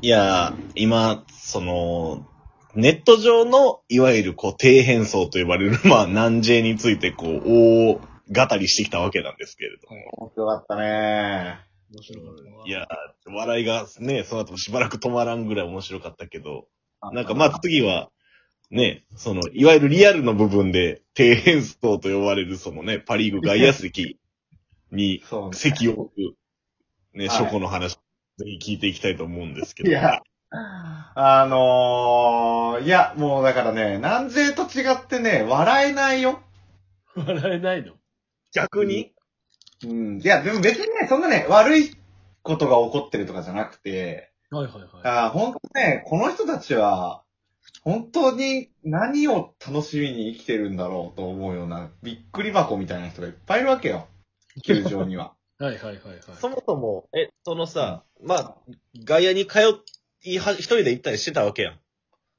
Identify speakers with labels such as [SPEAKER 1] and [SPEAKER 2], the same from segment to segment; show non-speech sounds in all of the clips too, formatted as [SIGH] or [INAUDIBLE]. [SPEAKER 1] いやー、今、その、ネット上の、いわゆるこう、低変層と呼ばれる、まあ、南 J について、こう、大語りしてきたわけなんですけれど。
[SPEAKER 2] 面白かったね
[SPEAKER 3] 面白かったわ。
[SPEAKER 1] いやー、笑いがね、その後もしばらく止まらんぐらい面白かったけど、
[SPEAKER 2] ー。
[SPEAKER 1] なんかまあ次は、ね、その、いわゆるリアルの部分で、低変層と呼ばれる、そのね、パリーグ外野席に
[SPEAKER 2] そうね
[SPEAKER 1] 席を置く、ね、
[SPEAKER 2] はい
[SPEAKER 1] 初歩の話、ぜひ聞いていきたいと思うんですけど。
[SPEAKER 2] いや、あのー、いや、もうだからね、南税と違ってね、笑えないよ。
[SPEAKER 3] 笑えないの
[SPEAKER 1] 逆に
[SPEAKER 2] うん。いや、でも別にね、そんなね、悪いことが起こってるとかじゃなくて、
[SPEAKER 3] はいはいはい。
[SPEAKER 2] あー本当ね、この人たちは、本当に何を楽しみに生きてるんだろうと思うような、びっくり箱みたいな人がいっぱいいるわけよ。球場には。
[SPEAKER 3] はいはいはいはい。
[SPEAKER 1] そもそも、え、そのさ、まあ、外野に通いは、一人で行ったりしてたわけやん。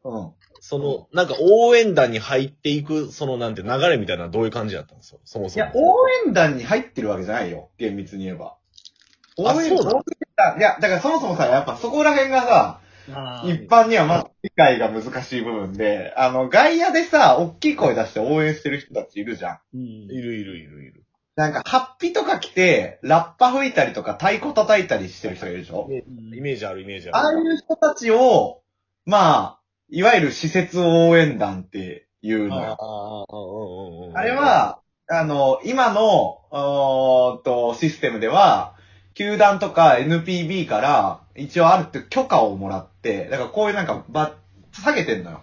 [SPEAKER 2] うん。
[SPEAKER 1] その、なんか応援団に入っていく、そのなんて流れみたいなのはどういう感じだったんですよ、そも
[SPEAKER 2] い
[SPEAKER 1] そも。
[SPEAKER 2] や、応援団に入ってるわけじゃないよ。厳密に言えば。応
[SPEAKER 1] あ
[SPEAKER 2] 援
[SPEAKER 1] そうなの
[SPEAKER 2] 応援団。いや、だからそもそもさ、やっぱそこら辺がさ、
[SPEAKER 3] あー
[SPEAKER 2] 一般にはまだ理解が難しい部分で、あの、外野でさ、大きい声出して応援してる人たちいるじゃん。
[SPEAKER 3] うん
[SPEAKER 1] いるいるいるいる。
[SPEAKER 2] なんか、ハッピとか来て、ラッパ吹いたりとか、太鼓叩いたりしてる人がいるでしょ
[SPEAKER 3] うん
[SPEAKER 1] イメージあるイメージ
[SPEAKER 2] あ
[SPEAKER 1] あ
[SPEAKER 2] あ
[SPEAKER 1] る。
[SPEAKER 2] いう人たちを、まあ、いわゆる施設応援団っていうのよ。
[SPEAKER 1] ああ、うんうんうん。
[SPEAKER 2] あれ、は、あの、今の、おーっと、システムでは、球団とか NPB から、一応あるって許可をもらって、だからこういうなんか、ば、下げてんのよ。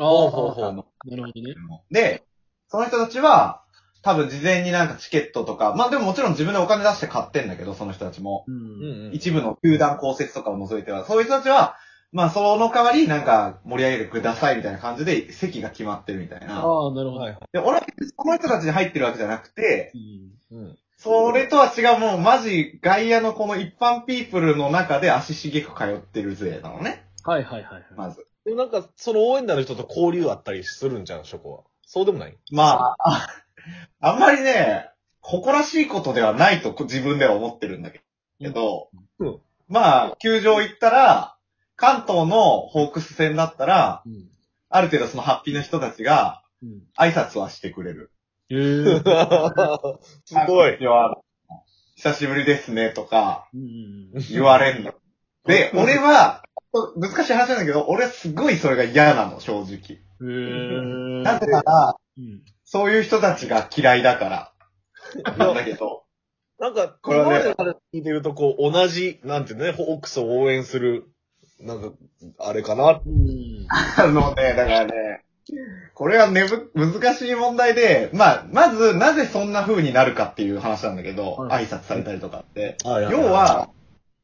[SPEAKER 3] ああ、ほうほ
[SPEAKER 2] あ
[SPEAKER 3] う。
[SPEAKER 2] の
[SPEAKER 3] なるほどね。
[SPEAKER 2] で、その人たちは、多分事前になんかチケットとか、まあでももちろん自分でお金出して買ってんだけど、その人たちも。
[SPEAKER 3] う
[SPEAKER 1] うん
[SPEAKER 3] ん。
[SPEAKER 1] うん。
[SPEAKER 2] 一部の球団公設とかを除いては、そういう人たちは、まあその代わりなんか盛り上げてくださいみたいな感じで席が決まってるみたいな。
[SPEAKER 3] ああ、なるほど。
[SPEAKER 1] はいはい
[SPEAKER 2] で、俺は別にその人たちに入ってるわけじゃなくて、
[SPEAKER 3] うん
[SPEAKER 1] うん。
[SPEAKER 2] それとは違うもうマジ外野のこの一般ピープルの中で足しげく通ってる勢なのね。
[SPEAKER 3] はいはいはいはい。
[SPEAKER 2] まず。
[SPEAKER 1] でもなんか、その応援団の人と交流あったりするんじゃん、そこは。そうでも [LAUGHS] ない
[SPEAKER 2] まあ、ああんまりね、誇らしいことではないと自分では思ってるんだけど、
[SPEAKER 1] うん
[SPEAKER 2] まあ、球場行ったら、関東のホークス戦だったら、
[SPEAKER 3] うん。
[SPEAKER 2] ある程度そのハッピーな人たちが、
[SPEAKER 3] うん。
[SPEAKER 2] 挨拶はしてくれる。
[SPEAKER 3] えー
[SPEAKER 1] すご
[SPEAKER 2] あこん
[SPEAKER 1] い。
[SPEAKER 2] にちは久しぶりですね、とか、
[SPEAKER 3] うん。
[SPEAKER 2] 言われんの。で、俺は、難しい話なんだけど、俺はすごいそれが嫌なの、正直。
[SPEAKER 3] えー
[SPEAKER 2] なぜなら、
[SPEAKER 3] うん
[SPEAKER 2] そういう人たちが嫌いだから。なんだけど。
[SPEAKER 1] なんか、
[SPEAKER 2] これはね
[SPEAKER 1] 今までから聞いてると、こう、同じ、なんていうのね、ホークスを応援する、なんか、あれかな。
[SPEAKER 3] うん。
[SPEAKER 2] [LAUGHS] あのね、だからね、これはねぶ、難しい問題で、まあ、まず、なぜそんな風になるかっていう話なんだけど、
[SPEAKER 3] は
[SPEAKER 2] 挨拶されたりとかって。
[SPEAKER 1] はい
[SPEAKER 2] 要、は、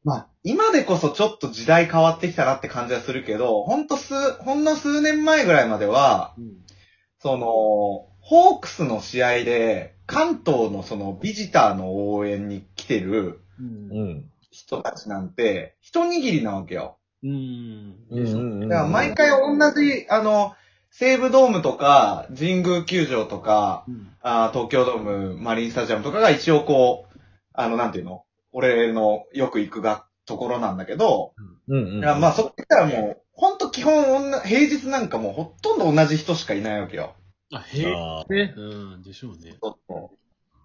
[SPEAKER 2] まあ、今でこそちょっと時代変わってきたなって感じはするけど、ほんと数、ほんの数年前ぐらいまでは、
[SPEAKER 3] うん
[SPEAKER 2] その、ホークスの試合で、関東のそのビジターの応援に来てる
[SPEAKER 3] うん
[SPEAKER 1] うん。
[SPEAKER 2] 人たちなんて、一握りなわけよ。
[SPEAKER 3] うん。
[SPEAKER 1] うんうんうん。
[SPEAKER 2] だから毎回同じ、あの、西武ドームとか、神宮球場とか、
[SPEAKER 3] うん
[SPEAKER 2] あー東京ドーム、マリンスタジアムとかが一応こう、あの、なんていうの俺のよく行くが、ところなんだけど、
[SPEAKER 1] うんうん。
[SPEAKER 2] いやまあそこ行ったらもう、ほんと基本おんな、平日なんかもうほとんど同じ人しかいないわけよ。
[SPEAKER 3] あ、へえ。
[SPEAKER 1] あ
[SPEAKER 3] ね。うん。でしょうね。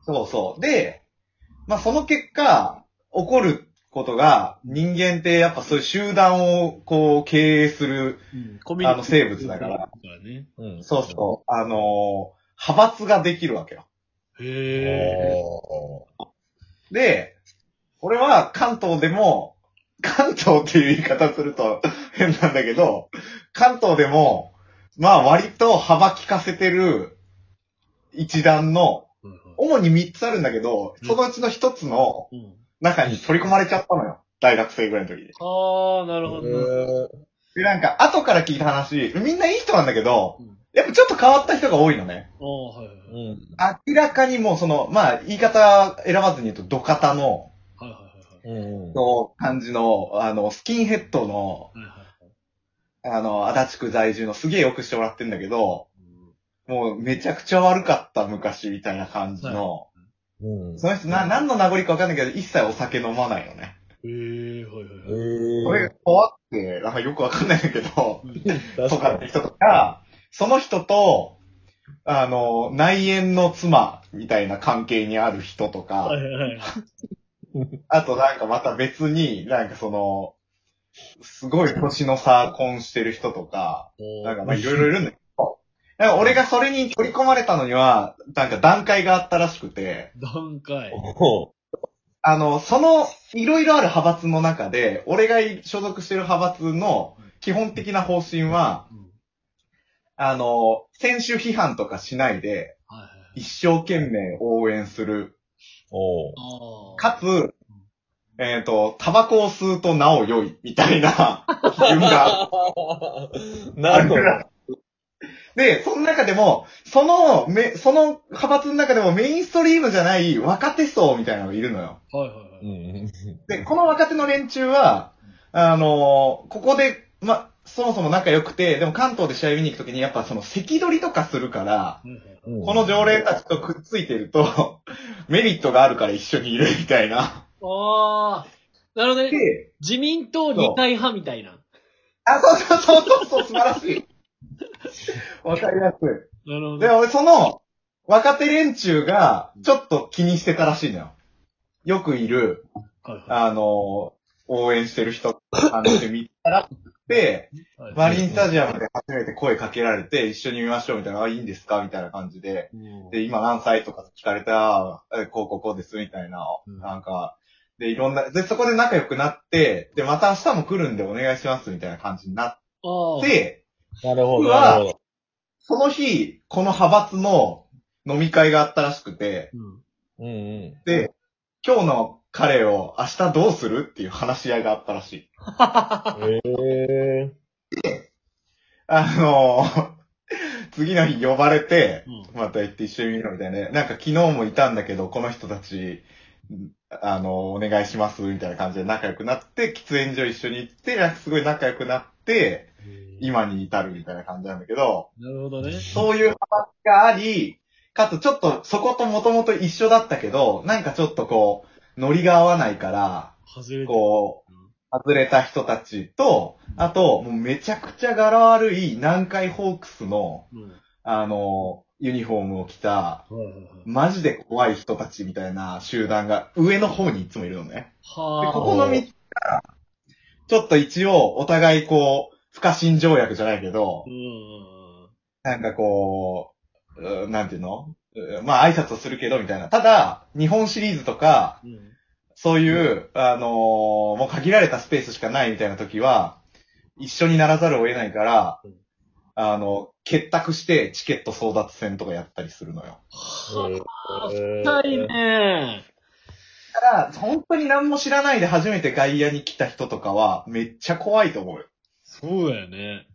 [SPEAKER 2] そうそう。で、まあその結果、起こることが、人間ってやっぱそういう集団をこう経営する、
[SPEAKER 3] うん。コミュニティ
[SPEAKER 2] あの生物だから。
[SPEAKER 3] ね。
[SPEAKER 1] ーうん
[SPEAKER 2] そうそう、あのー派閥ができるわけよ。
[SPEAKER 1] う
[SPEAKER 3] へえ。
[SPEAKER 1] お
[SPEAKER 2] で、俺は関東でも、関東っていう言い方すると [LAUGHS] 変なんだけど、関東でも、まあ割と幅利かせてる一団の、
[SPEAKER 3] はいはい
[SPEAKER 2] 主に3つあるんだけど、そのうちの1つの
[SPEAKER 3] うん
[SPEAKER 2] 中に取り込まれちゃったのよ。大学生ぐらいの時に。
[SPEAKER 3] ああ、なるほどな。
[SPEAKER 1] ー
[SPEAKER 2] で、なんか後から聞いた話、みんないい人なんだけど
[SPEAKER 3] う、ん
[SPEAKER 2] やっぱちょっと変わった人が多いのね。
[SPEAKER 3] ああ、はいは
[SPEAKER 1] う
[SPEAKER 3] い。
[SPEAKER 1] ん。
[SPEAKER 2] 明らかにもうその、まあ言い方選ばずに言うと、ドカタの、
[SPEAKER 3] はいはい
[SPEAKER 1] うん。
[SPEAKER 2] の感じの、あの、スキンヘッドの、
[SPEAKER 3] はいはい。はいはい
[SPEAKER 2] あの、足立区在住のすげえよくしてもらってんだけど、
[SPEAKER 3] うん
[SPEAKER 2] もうめちゃくちゃ悪かった昔みたいな感じの、
[SPEAKER 1] うん
[SPEAKER 2] その人な、何の名残かわかんないけど、一切お酒飲まないよね。
[SPEAKER 3] ええはいはいはい。
[SPEAKER 2] これが怖くて、なんかよくわかんないんだけど、と
[SPEAKER 1] 確
[SPEAKER 2] か
[SPEAKER 1] か
[SPEAKER 2] っ
[SPEAKER 1] に
[SPEAKER 2] て。人とか、その人と、あの、内縁の妻みたいな関係にある人とか、
[SPEAKER 3] はいはいはい。
[SPEAKER 2] あとなんかまた別に、なんかその、すごい年の差婚してる人とか、なんかまあいろいろいるんだけど、なんか俺がそれに取り込まれたのには、なんか段階があったらしくて、
[SPEAKER 3] 段階。
[SPEAKER 1] お
[SPEAKER 2] あの、その、いろいろある派閥の中で、俺が所属してる派閥の基本的な方針は、
[SPEAKER 3] うん
[SPEAKER 2] あの、選手批判とかしないで、
[SPEAKER 3] はいはいはい。
[SPEAKER 2] 一生懸命応援する。
[SPEAKER 1] [LAUGHS] お
[SPEAKER 3] あー
[SPEAKER 2] かつ、えっ、と、タバコを吸うとなお良い、みたいな基準が
[SPEAKER 1] な
[SPEAKER 2] あ
[SPEAKER 1] る
[SPEAKER 2] る
[SPEAKER 1] ほ
[SPEAKER 2] か
[SPEAKER 1] ど。
[SPEAKER 2] ら。で、その中でも、その、め、その派閥の中でもメインストリームじゃない若手層みたいなのがいるのよ。
[SPEAKER 3] はいはいはい。
[SPEAKER 1] うん
[SPEAKER 2] で、この若手の連中は、あのここで、ま、そもそも仲良くて、でも関東で試合見に行くときにやっぱその席取りとかするから、
[SPEAKER 1] うん
[SPEAKER 2] この常連たちとくっついてると、メリットがあるから一緒にいるみたいな。
[SPEAKER 3] ああ。なるほどね。
[SPEAKER 2] で、
[SPEAKER 3] 自民党二階派みたいな。
[SPEAKER 2] あ、そうそうそうそうそう、素晴らしい。わかりやす
[SPEAKER 3] なるほ
[SPEAKER 2] い。
[SPEAKER 3] ど
[SPEAKER 2] で、。俺その、若手連中が、ちょっと気にしてたらしいのよ。よくいる、
[SPEAKER 3] はいは
[SPEAKER 2] あの、応援してる人って感じで見たらって、
[SPEAKER 3] いはい
[SPEAKER 2] マリンスタジアムで初めて声かけられて、一緒に見ましょうみたいな、あ、いいんですかみたいな感じで、
[SPEAKER 3] うん
[SPEAKER 2] で、今何歳とか聞かれたら、えこうこうこうです、みたいな、
[SPEAKER 3] うん
[SPEAKER 2] なんか、で、いろんな、で、そこで仲良くなって、で、また明日も来るんでお願いします、みたいな感じにな
[SPEAKER 3] あー
[SPEAKER 2] っ、て、
[SPEAKER 1] なるほ
[SPEAKER 2] う
[SPEAKER 1] ど、
[SPEAKER 2] わ
[SPEAKER 1] なるほど。
[SPEAKER 2] その日、この派閥の飲み会があったらしくて、
[SPEAKER 1] うん
[SPEAKER 3] うん
[SPEAKER 1] うん。
[SPEAKER 2] で、今日の彼を明日どうするっていう話し合いがあったらしい。
[SPEAKER 1] へえ。
[SPEAKER 2] あの [LAUGHS] 次の日呼ばれて、
[SPEAKER 3] うん
[SPEAKER 2] また行って一緒に見ろみたいなね。なんか昨日もいたんだけど、この人たち、んあの、お願いしますみたいな感じで仲良くなって、喫煙所一緒に行って、なんかすごい仲良くなって、今に至るみたいな感じなんだけど、
[SPEAKER 3] なるほどね。
[SPEAKER 2] そういう派閥があり、かつちょっとそこともともと一緒だったけど、なんかちょっとこう、ノリが合わないから、
[SPEAKER 3] 外れて
[SPEAKER 2] こう、外れた人たちと、あと、もうめちゃくちゃ柄悪い南海ホークスの、
[SPEAKER 3] うんうん
[SPEAKER 2] あの、ユニフォームを着た、
[SPEAKER 3] はいはいはい
[SPEAKER 2] マジで怖い人たちみたいな集団が上の方にいつもいるのね。で
[SPEAKER 3] はあ。
[SPEAKER 2] ここの3つがちょっと一応お互いこう、不可侵条約じゃないけど
[SPEAKER 3] う、んうんうん。
[SPEAKER 2] なんかこう、うんなんていうのうんまあ挨拶をするけどみたいな。ただ、日本シリーズとか、
[SPEAKER 3] うん
[SPEAKER 2] そういう、あのーもう限られたスペースしかないみたいな時は、一緒にならざるを得ないから
[SPEAKER 3] うん、
[SPEAKER 2] あの、結託してチケット争奪戦とかやったりするのよ。
[SPEAKER 3] 深いね。
[SPEAKER 2] だから、本当に何も知らないで初めて外野に来た人とかは、めっちゃ怖いと思うよ
[SPEAKER 3] そうだよね。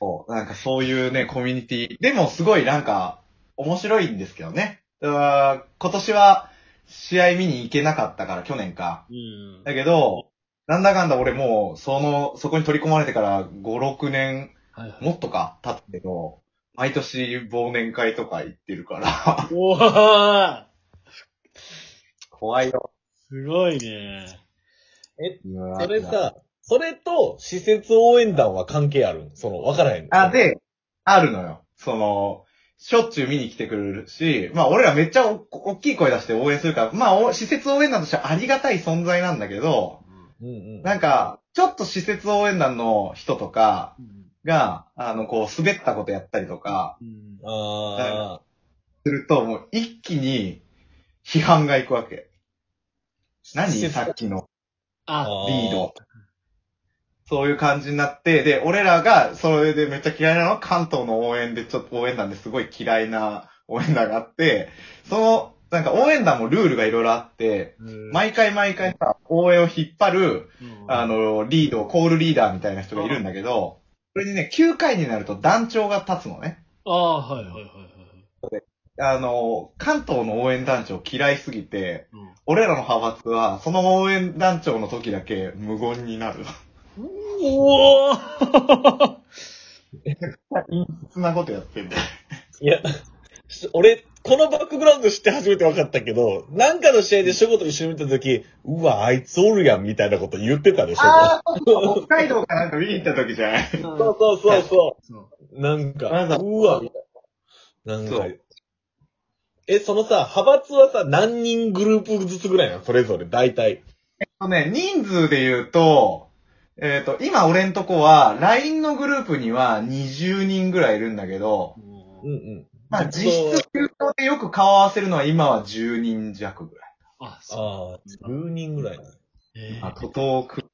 [SPEAKER 2] そう。なんかそういうね、コミュニティ。でもすごいなんか、面白いんですけどね。だから今年は、試合見に行けなかったから、去年か。
[SPEAKER 3] うん。
[SPEAKER 2] だけど、なんだかんだ俺もう、その、そこに取り込まれてから5、6年、
[SPEAKER 3] はいはい。
[SPEAKER 2] もっとか、経っての、毎年忘年会とか行ってるから、
[SPEAKER 3] おー
[SPEAKER 2] 怖い [LAUGHS] よ。
[SPEAKER 3] すごいね。
[SPEAKER 1] それ、さ、それと施設応援団は関係あるその、わからへん。
[SPEAKER 2] あ、、で、あるのよ。その、しょっちゅう見に来てくれるし、まあ俺らめっちゃお大きい声出して応援するから、まあお施設応援団としてはありがたい存在なんだけど、
[SPEAKER 1] うんうん。
[SPEAKER 2] なんか、ちょっと施設応援団の人とか
[SPEAKER 3] うん
[SPEAKER 2] が、あの、こう滑ったことやったりとか
[SPEAKER 3] うん
[SPEAKER 1] ああ。
[SPEAKER 2] すると、もう一気に批判がいくわけ。何
[SPEAKER 1] 施設
[SPEAKER 2] さっきの
[SPEAKER 3] あ、
[SPEAKER 2] リード。そういう感じになって、で、俺らが、それでめっちゃ嫌いなのは関東の応援で、ちょっと応援団ですごい嫌いな応援団があって、その、なんか応援団もルールがいろいろあって、毎回毎回さ、応援を引っ張る、あ
[SPEAKER 3] の、
[SPEAKER 2] の、リード、コールリーダーみたいな人がいるんだけど、それにね、9回になると団長が立つのね。
[SPEAKER 3] ああ、はいはいはいはい。
[SPEAKER 2] あの、関東の応援団長嫌いすぎて、
[SPEAKER 3] うん
[SPEAKER 2] 俺らの派閥は、その応援団長の時だけ無言になる。 [LAUGHS]
[SPEAKER 3] おー
[SPEAKER 2] そんなことやってんだよ
[SPEAKER 1] いや、俺、このバックグラウンド知って初めて分かったけど、なんかの試合でショゴと一緒に見たとき、うわ、あいつおるやん、みたいなこと言ってたでしょ。
[SPEAKER 2] ああ、北海道かなんか見に行った時じゃない
[SPEAKER 1] そうそうそうそ。
[SPEAKER 3] そう
[SPEAKER 1] なんか、
[SPEAKER 2] なんだ
[SPEAKER 1] うわ、みたいな。なん
[SPEAKER 2] そ
[SPEAKER 1] か
[SPEAKER 2] う、
[SPEAKER 1] え、そのさ、派閥はさ、何人グループずつぐらいなのそれぞれ、大体。
[SPEAKER 2] あのね、人数で言うと、えっ、と、今俺んとこは、LINE のグループには20人ぐらいいるんだけど、
[SPEAKER 3] う。も
[SPEAKER 1] う
[SPEAKER 3] うん
[SPEAKER 1] うん。
[SPEAKER 2] まあ実質休校でよく顔合わせるのは今は10人弱ぐらい。
[SPEAKER 3] あ、そう。
[SPEAKER 1] ああ、10人ぐらいな。
[SPEAKER 3] え
[SPEAKER 2] あ、
[SPEAKER 3] ー
[SPEAKER 2] 徒党区。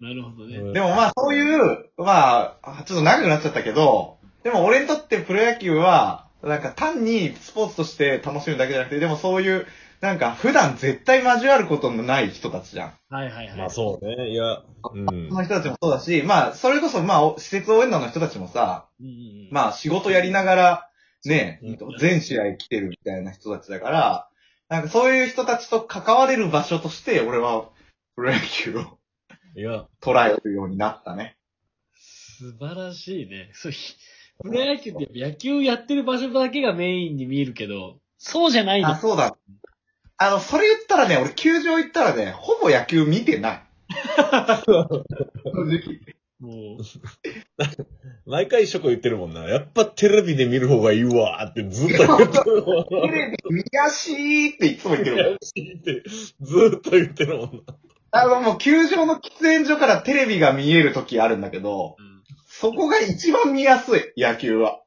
[SPEAKER 3] なるほどね。
[SPEAKER 2] でもまあそういう、まあ、ちょっと長くなっちゃったけど、でも俺にとってプロ野球は、なんか単にスポーツとして楽しむだけじゃなくて、でもそういう、なんか普段絶対交わることのない人たちじゃん。
[SPEAKER 3] はいはいはい。
[SPEAKER 1] まあそうね、いや、うん
[SPEAKER 2] そ。の人たちもそうだし、まあ、それこそ、まあ、施設応援団の人たちもさ、
[SPEAKER 3] うんうんうん。
[SPEAKER 2] まあ仕事やりながら、ね
[SPEAKER 1] うん、
[SPEAKER 2] 全試合来てるみたいな人たちだから、なんかそういう人たちと関われる場所として、俺はプロ野球を [LAUGHS]
[SPEAKER 1] いや、
[SPEAKER 2] 捉えるようになったね。
[SPEAKER 3] 素晴らしいね。そう、ひプロ野球ってやっぱ野球やってる場所だけがメインに見えるけど、そうじゃないん
[SPEAKER 2] あ、
[SPEAKER 3] だ。
[SPEAKER 2] そうだ。あの、それ言ったらね、俺球場行ったらね、ほぼ野球見
[SPEAKER 1] [LAUGHS]
[SPEAKER 2] てない。正直。
[SPEAKER 3] もう、
[SPEAKER 1] 毎回ショコ言ってるもんな。やっぱテレビで見る方がいいわーってずっと言ってるもんな。 [LAUGHS]
[SPEAKER 2] テレビ見やしーっていつも言ってるもん。
[SPEAKER 1] ってずっと言ってるもんな。
[SPEAKER 2] あの、もう球場の喫煙所からテレビが見える時あるんだけど、
[SPEAKER 3] うん
[SPEAKER 2] そこが一番見やすい、野球は。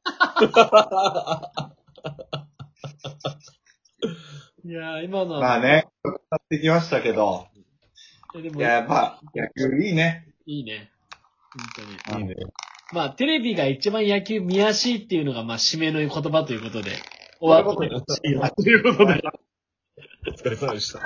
[SPEAKER 3] いやー、今の
[SPEAKER 2] まあ
[SPEAKER 3] は、
[SPEAKER 2] ね、語ってきましたけど、
[SPEAKER 3] えで
[SPEAKER 2] い
[SPEAKER 3] も、
[SPEAKER 2] や、やっぱ、野球いいね。
[SPEAKER 3] いいね。本当に。
[SPEAKER 2] いい
[SPEAKER 1] ね。
[SPEAKER 3] まあ、テレビが一番野球見やすいっていうのが、まあ、締めの言葉ということで、
[SPEAKER 2] そうい
[SPEAKER 3] 終
[SPEAKER 2] う
[SPEAKER 3] わ
[SPEAKER 2] こ
[SPEAKER 3] る
[SPEAKER 2] と
[SPEAKER 3] と
[SPEAKER 2] に
[SPEAKER 3] い
[SPEAKER 1] [LAUGHS]
[SPEAKER 3] いよということで。
[SPEAKER 1] お疲れ様でした。